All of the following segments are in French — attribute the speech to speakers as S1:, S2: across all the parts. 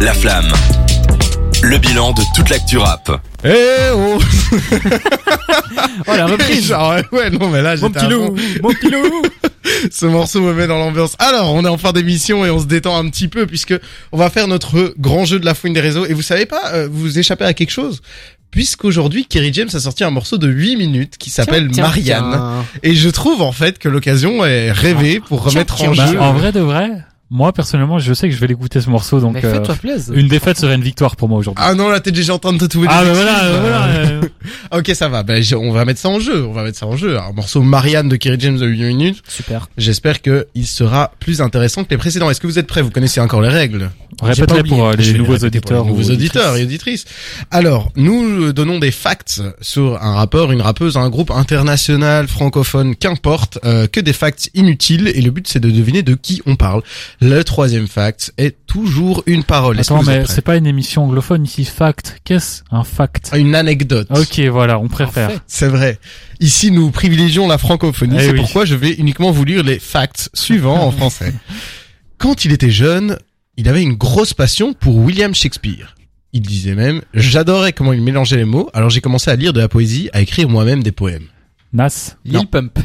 S1: La flamme. Le bilan de toute l'actu rap.
S2: Eh oh
S3: Oh la reprise
S2: Genre, ouais, ouais, non, mais là,
S3: Mon
S2: j'étais
S3: petit
S2: à fond.
S3: loup Mon petit loup
S2: Ce morceau me met dans l'ambiance. Alors, on est en fin d'émission et on se détend un petit peu puisque on va faire notre grand jeu de la fouine des réseaux. Et vous savez pas, euh, vous vous échappez à quelque chose Puisqu'aujourd'hui, Kerry James a sorti un morceau de 8 minutes qui s'appelle
S3: Tiens, tiens,
S2: Marianne. Et je trouve en fait que l'occasion est rêvée pour
S3: Tiens,
S2: remettre
S3: tiens,
S2: en
S4: Bah,
S2: jeu.
S4: en vrai de vrai, moi personnellement, je sais que je vais l'écouter ce morceau, donc
S3: Mais
S4: euh,
S3: fais-toi plaisir
S4: une défaite serait une victoire pour moi aujourd'hui.
S2: Ah non, là t'es déjà en train de te trouver.
S4: Ah,
S2: des
S4: bah
S2: excuses.
S4: voilà, euh, voilà. euh,
S2: Ok, ça va. Ben, je- on va mettre ça en jeu. On va mettre ça en jeu. Un morceau Marianne de Kerry James de 8 minutes.
S3: Super
S2: J'espère que il sera plus intéressant que les précédents. Est-ce que vous êtes prêts Vous connaissez encore les règles
S4: Répète-les pour euh,
S2: Je
S4: les
S2: vais
S4: nouveaux
S2: répéter pour les
S4: auditeurs. ou
S2: nouveaux auditeurs et
S4: auditrices.
S2: auditrices. Alors, nous euh, donnons des facts sur un rappeur, une rappeuse, un groupe international, francophone, qu'importe, euh, que des facts inutiles. Et le but, c'est de deviner de qui on parle. Le troisième fact est toujours une parole. Est-ce que
S4: Attends,
S2: vous êtes
S4: mais
S2: prêts
S4: c'est pas une émission anglophone ici. Fact. Qu'est-ce un fact
S2: Une anecdote.
S4: Ok, voilà, on préfère.
S3: En fait.
S2: C'est vrai. Ici, nous privilégions la francophonie.
S4: Eh
S2: c'est
S4: oui.
S2: pourquoi je vais uniquement vous lire les facts suivants en français. Quand il était jeune, il avait une grosse passion pour William Shakespeare. Il disait même, j'adorais comment il mélangeait les mots, alors j'ai commencé à lire de la poésie, à écrire moi-même des poèmes.
S4: Nas.
S2: Non.
S3: Lil Pump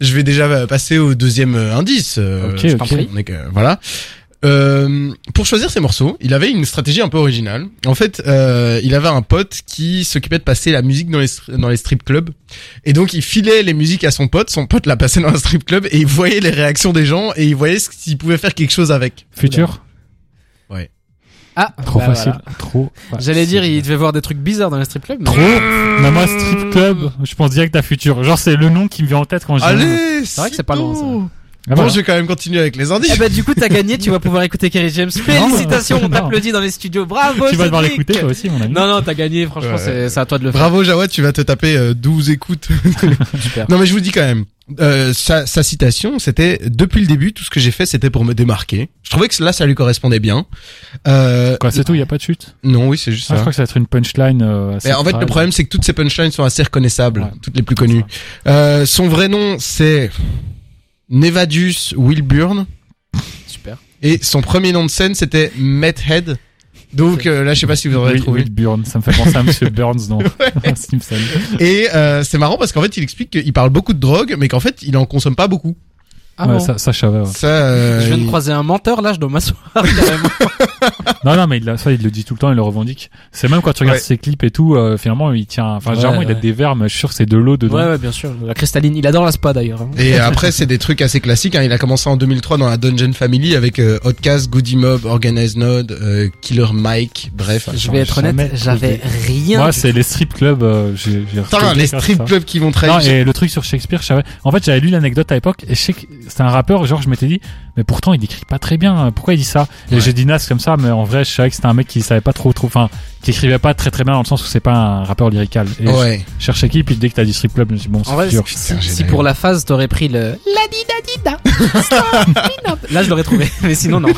S2: Je vais déjà euh, passer au deuxième euh, indice. euh,
S4: Ok,
S2: je t'en
S4: ok.
S2: prie. On est que- voilà. Euh, pour choisir ses morceaux, il avait une stratégie un peu originale. En fait, euh, il avait un pote qui s'occupait de passer la musique dans les stri- dans les strip clubs, et donc il filait les musiques à son pote. Son pote la passait dans un strip club et il voyait les réactions des gens et il voyait s'il pouvait faire quelque chose avec.
S4: Futur.
S3: Ah
S4: Trop
S3: bah
S4: facile.
S3: voilà.
S4: Trop. facile.
S3: J'allais dire il devait voir des trucs bizarres dans les strip clubs mais-
S4: Trop. Mais moi, strip club, je pense direct à futur. Genre, c'est le nom qui me vient en tête quand j'ai.
S2: Allez,
S3: vrai que c'est pas loin, ça.
S2: bon.
S4: Ah,
S2: Bon,
S4: voilà.
S2: je vais quand même continuer avec les
S3: Eh
S2: indices.
S3: bah du coup t'as gagné tu vas pouvoir écouter Kerry James Félicitations on
S4: Non.
S3: t'applaudit dans les studios Bravo
S4: Tu vas devoir
S3: Cédric.
S4: l'écouter toi aussi, mon ami. Euh,
S3: Non non t'as gagné franchement
S2: Ouais.
S3: c'est c'est à toi de le faire
S2: Bravo Jawad, tu vas te taper euh, 12 écoutes.
S3: Super
S2: Non mais je vous dis quand même, euh, sa, sa citation c'était depuis le début tout ce que j'ai fait c'était pour me démarquer. Je trouvais que là ça lui correspondait bien. Euh,
S4: Quoi, c'est tout. Il y a pas de chute.
S2: non oui c'est juste
S4: Ah, je
S2: ça.
S4: crois que ça va être une punchline. euh,
S2: Mais en fait le
S4: centrale.
S2: problème c'est que toutes ces punchlines sont assez reconnaissables,
S4: Ouais.
S2: toutes les plus connues. Euh, son vrai nom c'est Nevadius Wilburn
S3: Super
S2: et son premier nom de scène c'était Methead. Donc euh, là je sais pas si vous aurez
S4: Oui,
S2: trouvé.
S4: oui, Burns, ça me fait penser à Monsieur Burns dans Simpson.
S2: Et euh, c'est marrant parce qu'en fait il explique qu'il parle beaucoup de drogue mais qu'en fait il en consomme pas beaucoup.
S3: Ah
S4: ouais,
S3: bon
S4: ça, ça, je savais, ouais.
S2: Ça. euh,
S3: Je viens de
S2: il-
S3: croiser un menteur là je dois m'asseoir carrément.
S4: Non, non, mais il, l'a- ça, il le dit tout le temps, il le revendique. C'est même quand tu regardes
S2: Ouais.
S4: ses clips et tout, euh, finalement, il tient. Enfin,
S3: Ouais,
S4: généralement, il a
S3: ouais.
S4: des verres, mais je suis sûr que c'est de l'eau dedans.
S3: Ouais ouais bien sûr la cristalline il adore la spa d'ailleurs hein.
S2: Et après, c'est des trucs assez classiques. hein. Il a commencé en 2003 dans la Dungeon Family avec euh, Outcast, Goody Mob, Organized Node, euh, Killer Mike, bref.
S3: Je vais être
S4: Jamais
S3: honnête j'avais rien
S4: Moi,
S3: du
S4: c'est les strip clubs. euh, j'ai, j'ai
S2: Putain,
S4: retenu
S2: les
S4: grâce à
S2: strip
S4: ça.
S2: clubs qui vont
S4: Non,
S2: trahir.
S4: et le truc sur Shakespeare, je savais. En fait, j'avais lu l'anecdote à l'époque, et je sais que c'est un rappeur, genre, je m'étais dit, mais pourtant, il écrit pas très bien, pourquoi il dit ça? Et
S2: Ouais.
S4: j'ai dit Nas comme ça, mais en vrai, je savais que c'était un mec qui savait pas trop, trop, enfin, qui écrivait pas très très bien dans le sens où c'est pas un rappeur lyrical. Et
S2: Ouais.
S4: je cherchais qui, puis dès que t'as dit strip club, je me suis dit, bon,
S3: En vrai,
S4: c'est dur.
S3: si-
S2: Putain,
S3: si,
S2: génial.
S3: pour la phase t'aurais pris le la di da di da, Stop, di da. là je l'aurais trouvé, mais sinon non.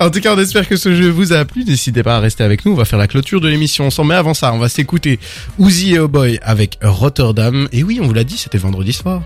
S2: En tout cas, on espère que ce jeu vous a plu. N'hésitez pas à rester avec nous. On va faire la clôture de l'émission ensemble. Mais avant ça, on va s'écouter Uzi et Oboy avec Rotterdam. Et oui, on vous l'a dit, c'était vendredi soir.